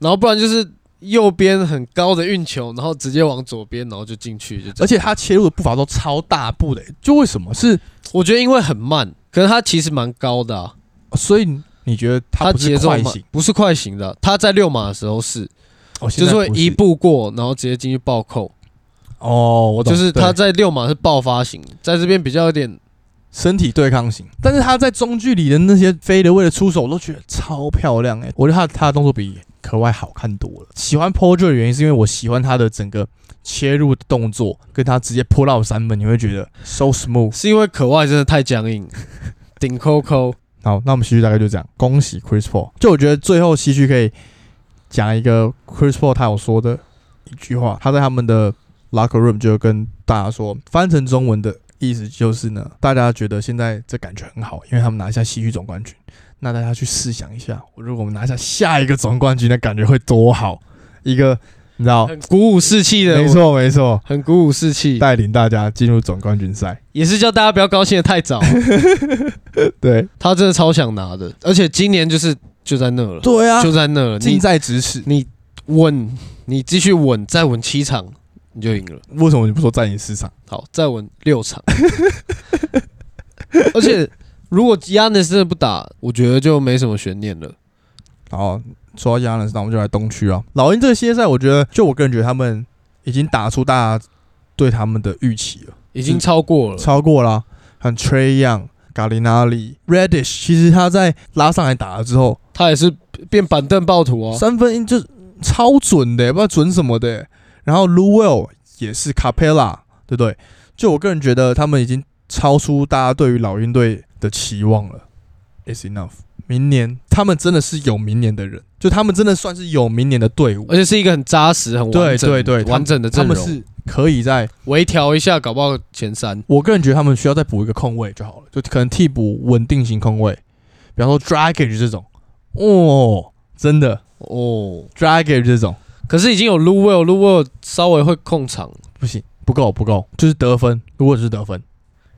Speaker 2: 然后不然就是右边很高的运球，然后直接往左边，然后就进去，就这
Speaker 1: 而
Speaker 2: 样。
Speaker 1: 且他切入的步伐都超大步的、就为什么是？
Speaker 2: 我觉得因为很慢，可是他其实蛮高的、啊，
Speaker 1: 所以你觉得他
Speaker 2: 他
Speaker 1: 不
Speaker 2: 节
Speaker 1: 是
Speaker 2: 奏
Speaker 1: 快
Speaker 2: 慢
Speaker 1: 型，，
Speaker 2: 不是快型的，啊他在六码的时候是，
Speaker 1: 哦，
Speaker 2: 就
Speaker 1: 现在
Speaker 2: 是会
Speaker 1: 不
Speaker 2: 一步过，然后直接进去暴扣，
Speaker 1: 哦，我懂，
Speaker 2: 就是他
Speaker 1: 对
Speaker 2: 在六码是爆发型，在这边比较有点
Speaker 1: 身体对抗型，但是他在中距离的那些飞的位的出手，我都觉得超漂亮哎、我觉得他他的动作比可外好看多了。喜欢 p o j o 的原因是因为我喜欢他的整个切入的动作，跟他直接扑到三分，你会觉得 so smooth。
Speaker 2: 是因为可外真的太 僵硬，顶扣扣。
Speaker 1: 好，那我们西区大概就这样。恭喜 Chris Paul，就我觉得最后西区可以讲一个 Chris Paul 他有说的一句话，他在他们的 locker room 就跟大家说，翻成中文的意思就是呢，大家觉得现在这感觉很好，因为他们拿下西区总冠军。那大家去试想一下，如果我们拿下下一个总冠军，那感觉会多好！一个你知 道，
Speaker 2: 很鼓舞士气的，
Speaker 1: 没，错没错，
Speaker 2: 很鼓舞士气，
Speaker 1: 带领大家进入总冠军赛。
Speaker 2: 也是叫大家不要高兴的太 早。
Speaker 1: 对
Speaker 2: 他真的超想拿的，而且今年就是就在那了，
Speaker 1: 对啊
Speaker 2: 就在那了，
Speaker 1: 近
Speaker 2: 你
Speaker 1: 在咫尺。
Speaker 2: 你稳，你继续稳，再稳七场你就赢了，
Speaker 1: 为什么你不说占领市场？
Speaker 2: 好，再稳 六场。而且如果 Yanis 真的不打，我觉得就没什么悬念了。
Speaker 1: 然后说到亚兰斯，那我们就来东区啊。老鹰这个系列赛，我觉得就我个人觉得他们已经打出大家对他们的预期了，
Speaker 2: 已经超过了，
Speaker 1: 超过啦。像 Trey Young、g a l i n a r i Radish，其实他在拉上来打了之后，
Speaker 2: 他也是变板凳暴徒啊！
Speaker 1: 三分就超准的、不知道准什么的、然后 l u w e l 也是 Capella，对不对？就我个人觉得他们已经超出大家对于老鹰队的期望了。It's enough。明年他们真的是有明年的人，就他们真的算是有明年的队伍
Speaker 2: 而。且是一个很扎实、很完
Speaker 1: 对
Speaker 2: 整、
Speaker 1: 对对，他
Speaker 2: 完整的阵
Speaker 1: 他们
Speaker 2: 容。
Speaker 1: 是可以在
Speaker 2: 微调一下，搞不好前三。
Speaker 1: 我个人觉得他们需要再补一个空位就好了，就可能替补稳定型空位，比方说 Dragage 这种，哦，真的
Speaker 2: 哦，
Speaker 1: Dragage 这种
Speaker 2: 可是已经有 l u w e l l u w e l 稍微会控场，
Speaker 1: 不行，不够不够，就是得分，如果只是得分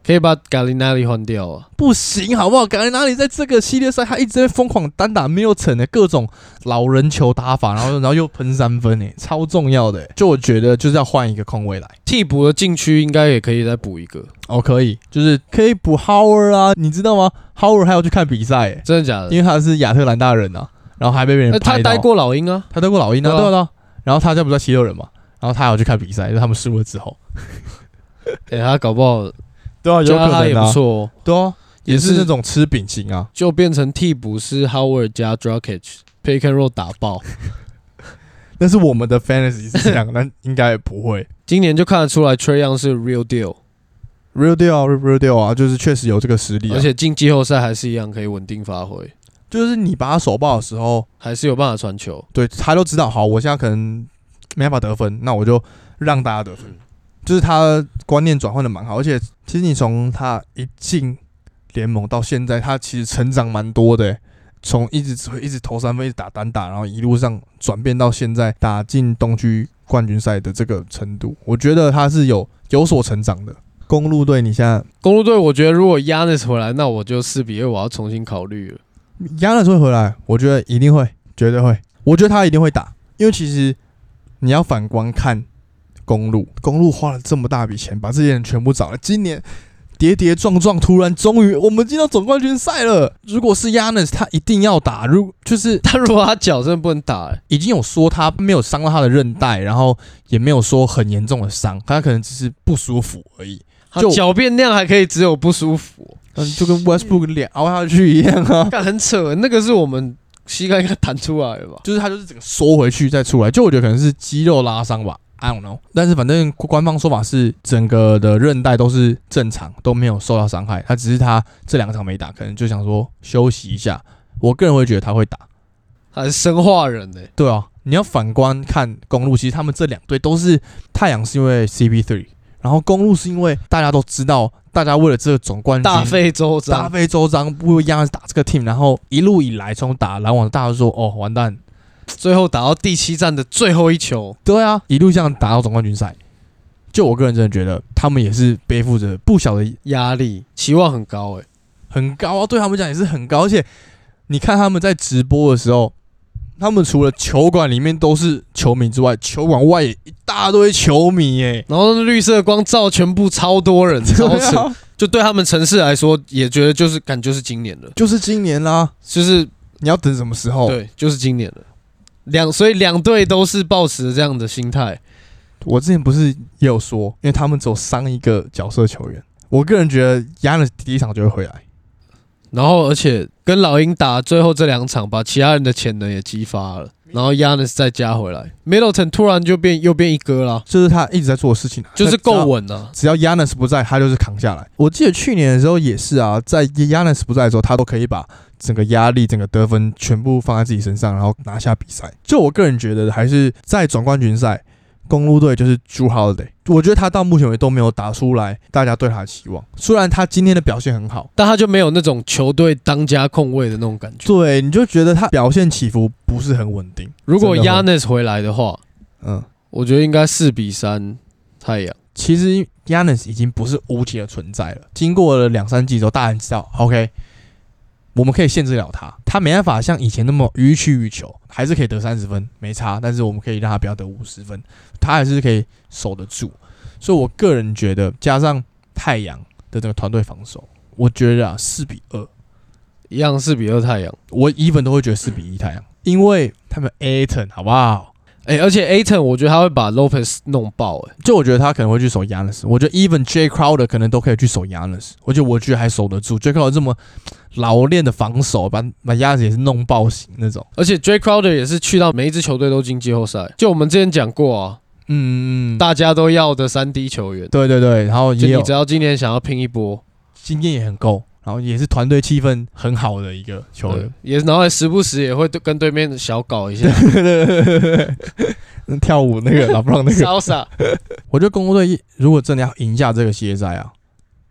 Speaker 2: 可以把 Galinari 换掉啊。
Speaker 1: 不行，好不好？感觉哪里在这个系列赛他一直在疯狂单打 Milton 的各种老人球打法，然后然后又喷三分诶、超重要的、欸，就我觉得就是要换一个空位来。
Speaker 2: 替补的禁区应该也可以再补一个，
Speaker 1: 哦，可以，就是可以补 Howard 啊，你知道吗？Howard 还要去看比赛、欸，
Speaker 2: 真的假的？
Speaker 1: 因为他是亚特兰大人啊，然后还被别人
Speaker 2: 那呃他
Speaker 1: 拍到。
Speaker 2: 待过老鹰啊，
Speaker 1: 他待过老鹰啊，
Speaker 2: 对啊
Speaker 1: 对啊对啊。然后他家不在七六人嘛，然后他还有去看比赛，就是他们输了之后。
Speaker 2: 哎、他搞不好
Speaker 1: 对啊
Speaker 2: 加他也不。错、哦，
Speaker 1: 对啊，也
Speaker 2: 也
Speaker 1: 是
Speaker 2: 是
Speaker 1: 那种吃饼型啊。
Speaker 2: 就变成替补是 Howard 加 Drakic，Pick and Roll 打爆。
Speaker 1: 但是我们的 fantasy 是这样， 但应该也不会。
Speaker 2: 今年就看得出来 Trey Young 是 real deal，
Speaker 1: Real deal 啊，real deal 啊，就是确实有这个实力、啊，
Speaker 2: 而且进季后赛还是一样可以稳定发挥，
Speaker 1: 就是你把他手爆的时候，
Speaker 2: 还是有办法传球。
Speaker 1: 对他都知道，好，我现在可能没办法得分，那我就让大家得分。就是他观念转换的蛮好，而且其实你从他一进联盟到现在，他其实成长蛮多的、欸从一直只会一直投三分，一直打单打，然后一路上转变到现在打进东区冠军赛的这个程度，我觉得他是有有所成长的。公路队，你现在
Speaker 2: 公路队，我觉得如果 Yanis 回来，那我就四比二，我要重新考虑了。
Speaker 1: 亚纳会回来，我觉得一定会，绝对会。我觉得他一定会打，因为其实你要反观看公路，公路花了这么大笔钱把这些人全部找来，今年跌跌撞撞，突然终于我们进到总冠军赛了。如果是亚纳，他一定要打，如就是
Speaker 2: 但如果他脚真的不能打、欸，
Speaker 1: 已经有说他没有伤到他的韧带，然后也没有说很严重的伤，他可能只是不舒服而已。
Speaker 2: 他
Speaker 1: 就
Speaker 2: 脚变那样还可以只有不舒服 哦、
Speaker 1: 嗯，就跟 Westbrook 脸凹下去一样啊。
Speaker 2: 干很扯、欸，那个是我们膝盖应该弹出来的吧？
Speaker 1: 就是他就是整个缩回去再出来，就我觉得可能是肌肉拉伤吧，I don't know。但是反正官方说法是整个的韧带都是正常，都没有受到伤害，他只是他这两场没打，可能就想说休息一下。我个人会觉得他会打，
Speaker 2: 还是生化人呢、
Speaker 1: 对啊。你要反观看公路，其实他们这两队都是太阳是因为 CP3，然后公路是因为大家都知道，大家为了这个总冠军
Speaker 2: 大费周
Speaker 1: 大
Speaker 2: 章。
Speaker 1: 费周章，不一样打这个 team，然后一路以来从打篮网，大家都说哦完蛋，
Speaker 2: 最后打到第七站的最后一球，
Speaker 1: 对啊，一路这样打到总冠军赛。就我个人真的觉得，他们也是背负着不小的
Speaker 2: 压力期望很高欸诶、
Speaker 1: 很高啊，对他们讲也是很高。而且你看他们在直播的时候，他们除了球馆里面都是球迷之外，球馆外也一大堆球迷耶、
Speaker 2: 然后那绿色光照全部超 多人，超
Speaker 1: 对
Speaker 2: 扯。
Speaker 1: 啊
Speaker 2: 就对他们城市来说，也觉得就是感就是今年了，
Speaker 1: 就是今年啦，
Speaker 2: 就是
Speaker 1: 你要等什么时候？
Speaker 2: 对，就是今年了。两所以两队都是抱持这样的心态，
Speaker 1: 我之前不是也有说，因为他们只有伤一个角色球员，我个人觉得亚的第一场就会回来。
Speaker 2: 然后而且跟老鹰打最后这两场，把其他人的潜能也激发了，然后 Yanis 再加回来，Middleton 突然就变又变一哥啦，
Speaker 1: 就是他一直在做的事情啊，
Speaker 2: 就是
Speaker 1: 他只要
Speaker 2: 够稳了。
Speaker 1: 只要 Yanis 不在，他就是扛下来。我记得去年的时候也是啊，在 Yanis 不在的时候，他都可以把整个压力、整个得分全部放在自己身上，然后拿下比赛。就我个人觉得，还是在总冠军赛，公路队就是 Drew Holiday，我觉得他到目前为止都没有打出来大家对他的期望。虽然他今天的表现很好，
Speaker 2: 但他就没有那种球队当家控卫的那种感觉。
Speaker 1: 对，你就觉得他表现起伏不是很稳定。
Speaker 2: 如果
Speaker 1: 真的会
Speaker 2: Yanis 回来的话，
Speaker 1: 嗯，
Speaker 2: 我觉得应该四比三太阳。
Speaker 1: 其实 Yanis 已经不是无解的存在了。经过了两三季之后，大家知道，OK，我们可以限制了他，他没办法像以前那么予取予求，还是可以得三十分，没差。但是我们可以让他不要得五十分，他还是可以守得住。所以我个人觉得，加上太阳的这个团队防守，我觉得啊四比二，
Speaker 2: 一样四比二太阳。
Speaker 1: 我 even 都会觉得四比一太阳，因为他们 Aton 好不好？
Speaker 2: 哎、而且 Aton 我觉得他会把 Lopez 弄爆、哎，
Speaker 1: 就我觉得他可能会去守 Yanis，我觉得 even J Crowder 可能都可以去守 Yanis，我觉得我觉得还守得住。J Crowder 这么老练的防守，把把 Yanis 也是弄爆型那种。
Speaker 2: 而且 J Crowder 也是去到每一支球队都进季后赛。就我们之前讲过啊，
Speaker 1: 嗯，
Speaker 2: 大家都要的三 D 球员，
Speaker 1: 对对对，然后
Speaker 2: 就
Speaker 1: 也
Speaker 2: 你
Speaker 1: 有
Speaker 2: 只要今年想要拼一波，
Speaker 1: 经验也很够，然后也是团队气氛很好的一个球
Speaker 2: 对
Speaker 1: 员，，
Speaker 2: 也然后时不时也会对跟对面小搞一下
Speaker 1: 跳舞那个老布朗那个，
Speaker 2: salsa。
Speaker 1: 我觉得公牛队如果真的要赢下这个系列赛啊，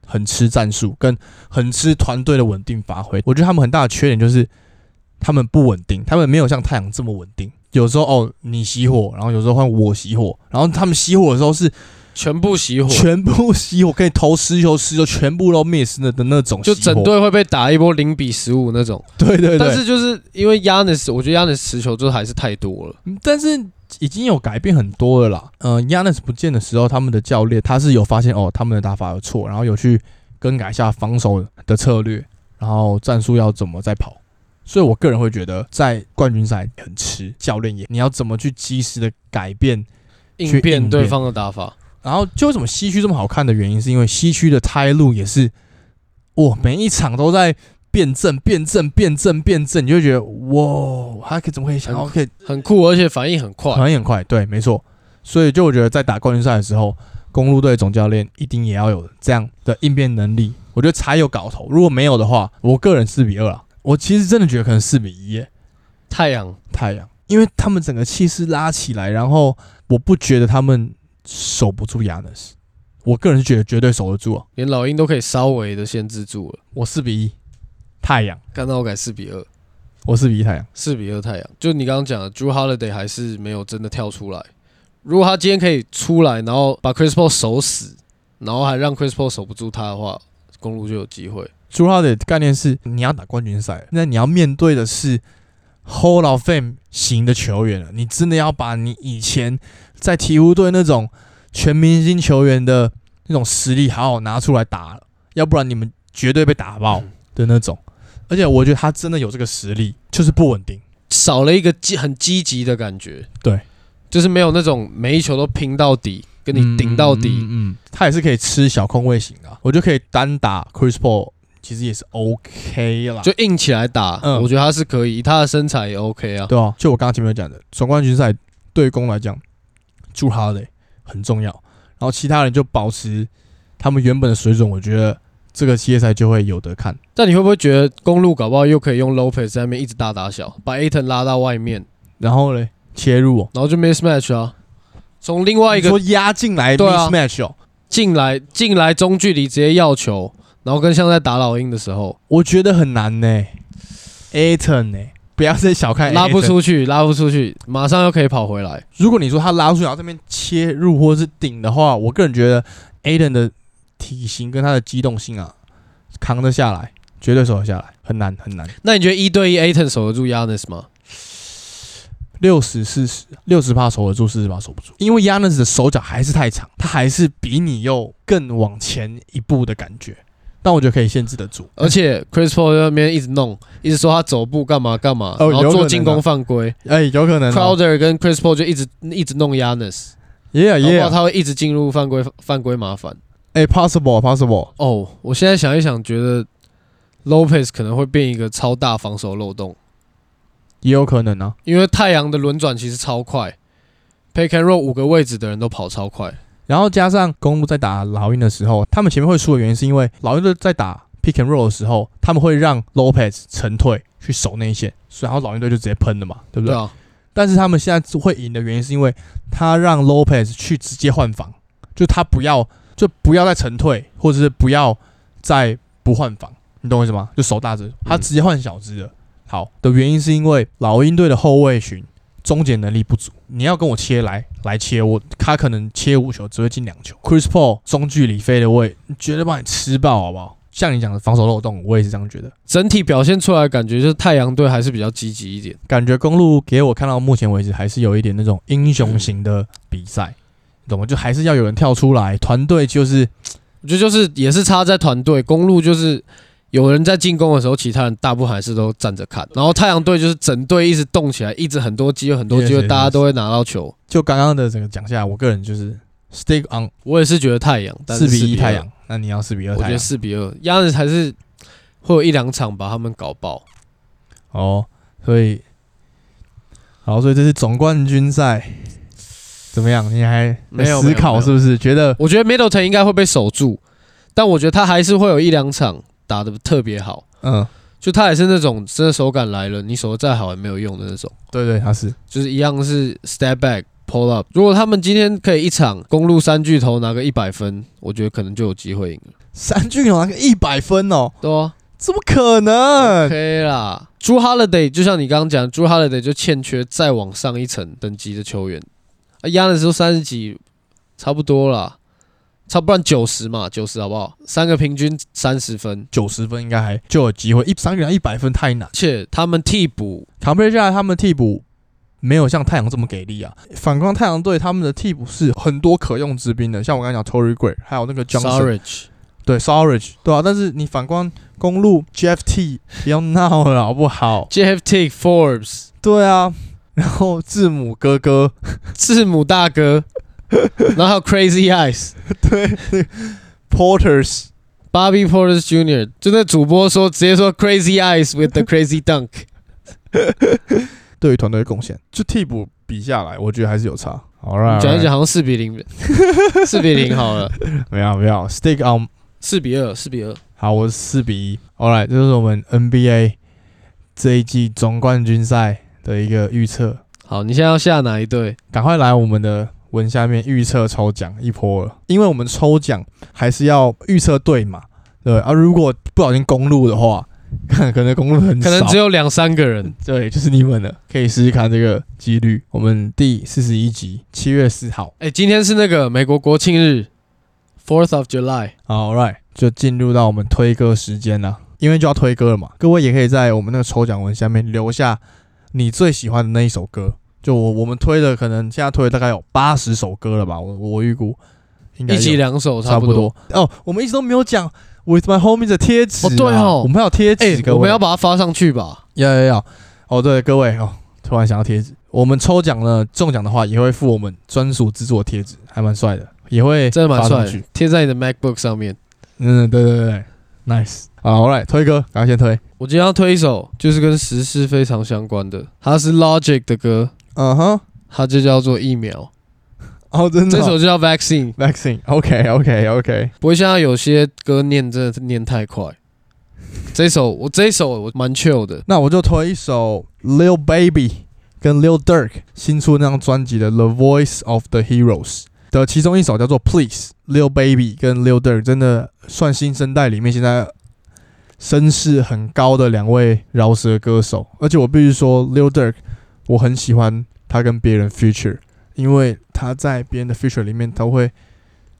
Speaker 1: 很吃战术，跟很吃团队的稳定发挥。我觉得他们很大的缺点就是他们不稳定，他们没有像太阳这么稳定。有时候哦，你熄火，然后有时候换我熄火，然后他们熄火的时候是
Speaker 2: 全部熄火，
Speaker 1: 全部熄火，可以投十球十球全部都 miss 的的那种熄火，
Speaker 2: 就整队会被打一波零比十五那种。
Speaker 1: 对对对，
Speaker 2: 但是就是因为 Yanis，我觉得 Yanis 持球就还是太多了。
Speaker 1: 嗯但是已经有改变很多了啦。嗯、y a n i s 不见的时候，他们的教练他是有发现哦，他们的打法有错，然后有去更改一下防守的策略，然后战术要怎么再跑。所以我个人会觉得，在冠军赛很吃教练也，你要怎么去及时的改变。去
Speaker 2: 应
Speaker 1: 应变
Speaker 2: 变对方的打法，
Speaker 1: 然后就为什么西区这么好看的原因，是因为西区的胎路也是，哇，每一场都在辩证、辩证、辩证、辩证，你就会觉得哇，他可以怎么可以想到可以
Speaker 2: 很酷，而且反应很快。
Speaker 1: 反应很快，对，没错。所以就我觉得在打冠军赛的时候，公路队总教练一定也要有这样的应变能力，我觉得才有搞头。如果没有的话，我个人四比二啊，我其实真的觉得可能四比一耶，
Speaker 2: 太阳
Speaker 1: 太阳，因为他们整个气势拉起来，然后我不觉得他们守不住亚纳斯，我个人是觉得绝对守得住啊。
Speaker 2: 连老鹰都可以稍微的限制住了。
Speaker 1: 我四比一，太阳，
Speaker 2: 干到我改四比二，
Speaker 1: 我四比一太阳，
Speaker 2: 四比二太阳。就你刚刚讲的，Drew Holiday 还是没有真的跳出来。如果他今天可以出来，然后把 Chris Paul 守死，然后还让 Chris Paul 守不住他的话，公路就有机会。
Speaker 1: 朱浩的概念是，你要打冠军赛，那你要面对的是 Hall of Fame 型的球员了。你真的要把你以前在鹈鹕队那种全明星球员的那种实力好好拿出来打了，要不然你们绝对被打爆
Speaker 2: 嗯
Speaker 1: 的那种。而且我觉得他真的有这个实力，就是不稳定。
Speaker 2: 少了一个积很积极的感觉。
Speaker 1: 对，
Speaker 2: 就是没有那种每一球都拼到底，跟你顶到底。
Speaker 1: 嗯嗯嗯，嗯他也是可以吃小空位型的，我就可以单打 Chris Paul，其实也是 OK 啦。
Speaker 2: 就硬起来打，
Speaker 1: 嗯
Speaker 2: 我觉得他是可以，以他的身材也 OK 啊。
Speaker 1: 对啊，就我刚刚前面讲的，总冠军赛对攻来讲，朱哈雷很重要，然后其他人就保持他们原本的水准，我觉得这个系列赛就会有得看。
Speaker 2: 但你会不会觉得公路搞不好又可以用 Lopez 在那边一直大打小，把 Aton 拉到外面，
Speaker 1: 然后嘞，切入哦，
Speaker 2: 然后就 mismatch 啊？从另外一
Speaker 1: 你
Speaker 2: 个
Speaker 1: 说压进来
Speaker 2: 对啊
Speaker 1: mismatch 哦，
Speaker 2: 进来进来中距离直接要球，然后跟像在打老鹰的时候
Speaker 1: 我觉得很难呢。Aton 呢，不要再小看
Speaker 2: 拉不
Speaker 1: 哎 Ayton。
Speaker 2: 出去，拉不出去，马上又可以跑回来。
Speaker 1: 如果你说他拉出去，然后这边切入或是顶的话，我个人觉得 Aton 的体型跟他的机动性啊，扛得下来，绝对守得下来，很难很难。
Speaker 2: 那你觉得一对一 Aton 守得住 Yanis 吗？
Speaker 1: 六十四十，六十趴守得住，四十趴守不住，因为 Yanis 的手脚还是太长，他还是比你又更往前一步的感觉，但我觉得可以限制得住。
Speaker 2: 而且 Chris Paul 在那边一直弄，一直说他走步干嘛干嘛，
Speaker 1: 哦
Speaker 2: 然
Speaker 1: 有可
Speaker 2: 后
Speaker 1: 能
Speaker 2: 做
Speaker 1: 啊
Speaker 2: 进攻犯规。
Speaker 1: 哎、有可能、哦，
Speaker 2: Crowder 跟 Chris Paul 就一直一直弄 Yanis，
Speaker 1: 也有也
Speaker 2: 然
Speaker 1: 有
Speaker 2: 后，他会一直进入犯规犯规麻烦。
Speaker 1: 哎，possible possible，
Speaker 2: 哦，我现在想一想，觉得 Lopez 可能会变一个超大防守漏洞，
Speaker 1: 也有可能啊。
Speaker 2: 因为太阳的轮转其实超快，Pick and Roll 五个位置的人都跑超快。
Speaker 1: 然后加上公路在打老鹰的时候，他们前面会输的原因是因为老鹰队在打 pick and roll 的时候，他们会让 Lopez 沉退去守内线，所以然后老鹰队就直接喷了嘛，对不
Speaker 2: 对
Speaker 1: 对？
Speaker 2: 啊，
Speaker 1: 但是他们现在会赢的原因是因为他让 Lopez 去直接换防，就他不要就不要再沉退，或者是不要再不换防，你懂我意思吗？就守大只，他直接换小只的。好的原因是因为老鹰队的后卫群终结能力不足，你要跟我切来来切我，他可能切五球只会进两球。Chris Paul 中距离飞的位，绝对把你吃爆，好不好？像你讲的防守漏洞，我也是这样觉得。
Speaker 2: 整体表现出来的感觉就是太阳队还是比较积极一点。
Speaker 1: 感觉公路给我看到目前为止还是有一点那种英雄型的比赛，你懂吗？就还是要有人跳出来，团队就是
Speaker 2: 我觉得就是也是差在团队，公路就是有人在进攻的时候，其他人大部分还是都站着看。然后太阳队就是整队一直动起来，一直很多机会，很多机
Speaker 1: Yes,
Speaker 2: 会，
Speaker 1: yes,
Speaker 2: 大家
Speaker 1: yes.
Speaker 2: 都会拿到球。
Speaker 1: 就刚刚的整个讲下来，我个人就是 stick on
Speaker 2: 我也是觉得太阳但
Speaker 1: 四
Speaker 2: 是
Speaker 1: 比一
Speaker 2: 4-2
Speaker 1: 太阳，那你要四比二
Speaker 2: 我觉
Speaker 1: 太
Speaker 2: 得
Speaker 1: 阳
Speaker 2: 四比二，亚人还是会有一两场把他们搞爆。
Speaker 1: 哦，所以好，所以这是总冠军赛怎么样？你还
Speaker 2: 没有
Speaker 1: 思考是不是？觉得
Speaker 2: 我觉得 Middleton 应该会被守住，但我觉得他还是会有一两场打得特别好，
Speaker 1: 嗯，
Speaker 2: 就他也是那种真的手感来了，你守得再好也没有用的那种，
Speaker 1: 对对，他是
Speaker 2: 就是一样是 step back pull up。如果他们今天可以一场公路三巨头拿个一百分，我觉得可能就有机会赢了。
Speaker 1: 三巨头拿个一百分哦，
Speaker 2: 对啊
Speaker 1: 怎么可 能？
Speaker 2: ，OK 啦。朱 Holiday 就像你刚刚讲，朱 Holiday 就欠缺再往上一层等级的球员。啊，压的时候三十几，差不多啦，差不多九十嘛，九十好不好？三个平均三十分，
Speaker 1: 九十分应该还就有机会，一三巨头啊拿一百分太难。
Speaker 2: 而且他们替补
Speaker 1: 卡佩下来他们替补没有像太阳这么给力啊。反观太阳队，他们的替补是很多可用之兵的，像我刚才讲 Tory Gray，还有那个
Speaker 2: s
Speaker 1: Johnson，
Speaker 2: a r a g e
Speaker 1: 对 s o r a g e 对啊。但是你反观公路 GFT，不要闹了好不好？
Speaker 2: JFT Forbes
Speaker 1: 对啊，然后字母哥哥，
Speaker 2: 字母大 哥，然后还有 Crazy Eyes、
Speaker 1: 对对，Porters，
Speaker 2: Bobby Porter Jr.，就那主播说直接说 Crazy Eyes with the Crazy Dunk，
Speaker 1: 对于团队的贡献，就替补比下来，我觉得还是有差。好啦，
Speaker 2: 讲一讲好像四比 零，四比零好了，
Speaker 1: 没有没有，Stick on
Speaker 2: 四比二，四比二。
Speaker 1: 好，我是四比一。All right，这就是我们 NBA 这一季总冠军赛的一个预测。
Speaker 2: 好，你现在要下哪一队？
Speaker 1: 赶快来我们的文下面预测抽奖一波了，因为我们抽奖还是要预测对嘛，对啊。如果不小心公路的话， 可能公路很少，
Speaker 2: 可能只有两三个人。
Speaker 1: 对，就是你们了，可以试试看这个几率。我们第四十一集，七月四号。
Speaker 2: 哎、今天是那个美国国庆日，Fourth of July。
Speaker 1: 好，right，就进入到我们推歌时间了，因为就要推歌了嘛。各位也可以在我们那个抽奖文下面留下你最喜欢的那一首歌。就我我们推的，可能现在推的大概有八十首歌了吧，我我预估应该
Speaker 2: 一
Speaker 1: 有
Speaker 2: 集两首差
Speaker 1: 差
Speaker 2: 不
Speaker 1: 不
Speaker 2: 多。
Speaker 1: 多。哦，我们一直都没有讲 With My Homies 的贴纸啊、
Speaker 2: 哦对哦
Speaker 1: 我们还有贴纸、
Speaker 2: 哎、
Speaker 1: 各位
Speaker 2: 我们要把它发上去吧。
Speaker 1: 要要要！哦，对，各位哦，突然想要贴纸，我们抽奖呢，中奖的话也会附我们专属制作贴纸，还蛮帅的，也会
Speaker 2: 真的蛮
Speaker 1: 发上
Speaker 2: 帅的
Speaker 1: 去。，
Speaker 2: 贴在你的 MacBook 上面。
Speaker 1: 嗯，对对对对，nice。好，我来推歌，赶快先推。
Speaker 2: 我今天要推一首，就是跟时事非常相关的，它是 Logic 的歌，
Speaker 1: 嗯哼，
Speaker 2: 它就叫做疫苗，
Speaker 1: 哦，真的
Speaker 2: 这
Speaker 1: 哦、
Speaker 2: 首就叫 Vaccine。
Speaker 1: vaccine，OK OK OK，
Speaker 2: 不会像有些歌念真的是念太快，这首我这一首我蛮 chill 的，
Speaker 1: 那我就推一首 Lil Baby 跟 Lil Durk 新出那张专辑的《The Voice of the Heroes》的其中一首叫做《Please》，Lil Baby 跟 Lil Durk 真的算新生代里面现在声势很高的两位饶舌歌手，而且我必须说 Lil Durk，我很喜欢他跟别人 feature，因为他在别人的 feature 里面他会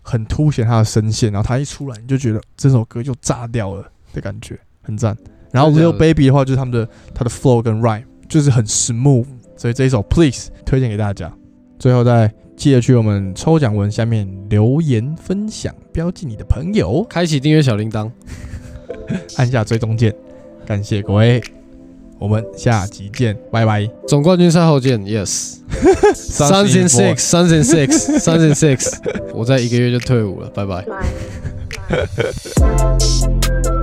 Speaker 1: 很凸显他的声线，然后他一出来你就觉得这首歌就炸掉了的感觉，很赞。然后
Speaker 2: 真的
Speaker 1: Lil
Speaker 2: 假的
Speaker 1: Baby 的话就是他们的他的 flow 跟 rhyme 就是很 smooth，所以这一首 Please 推荐给大家。最后再记得去我们抽奖文下面留言分享，标记你的朋友，
Speaker 2: 开启订阅小铃铛，
Speaker 1: 按下追踪键。感谢各位，我们下集见，拜拜。
Speaker 2: 总冠军赛后见，yes。Suns in six, Suns in six, Suns in six。我在一个月就退伍了，拜拜。
Speaker 3: Smile. Smile.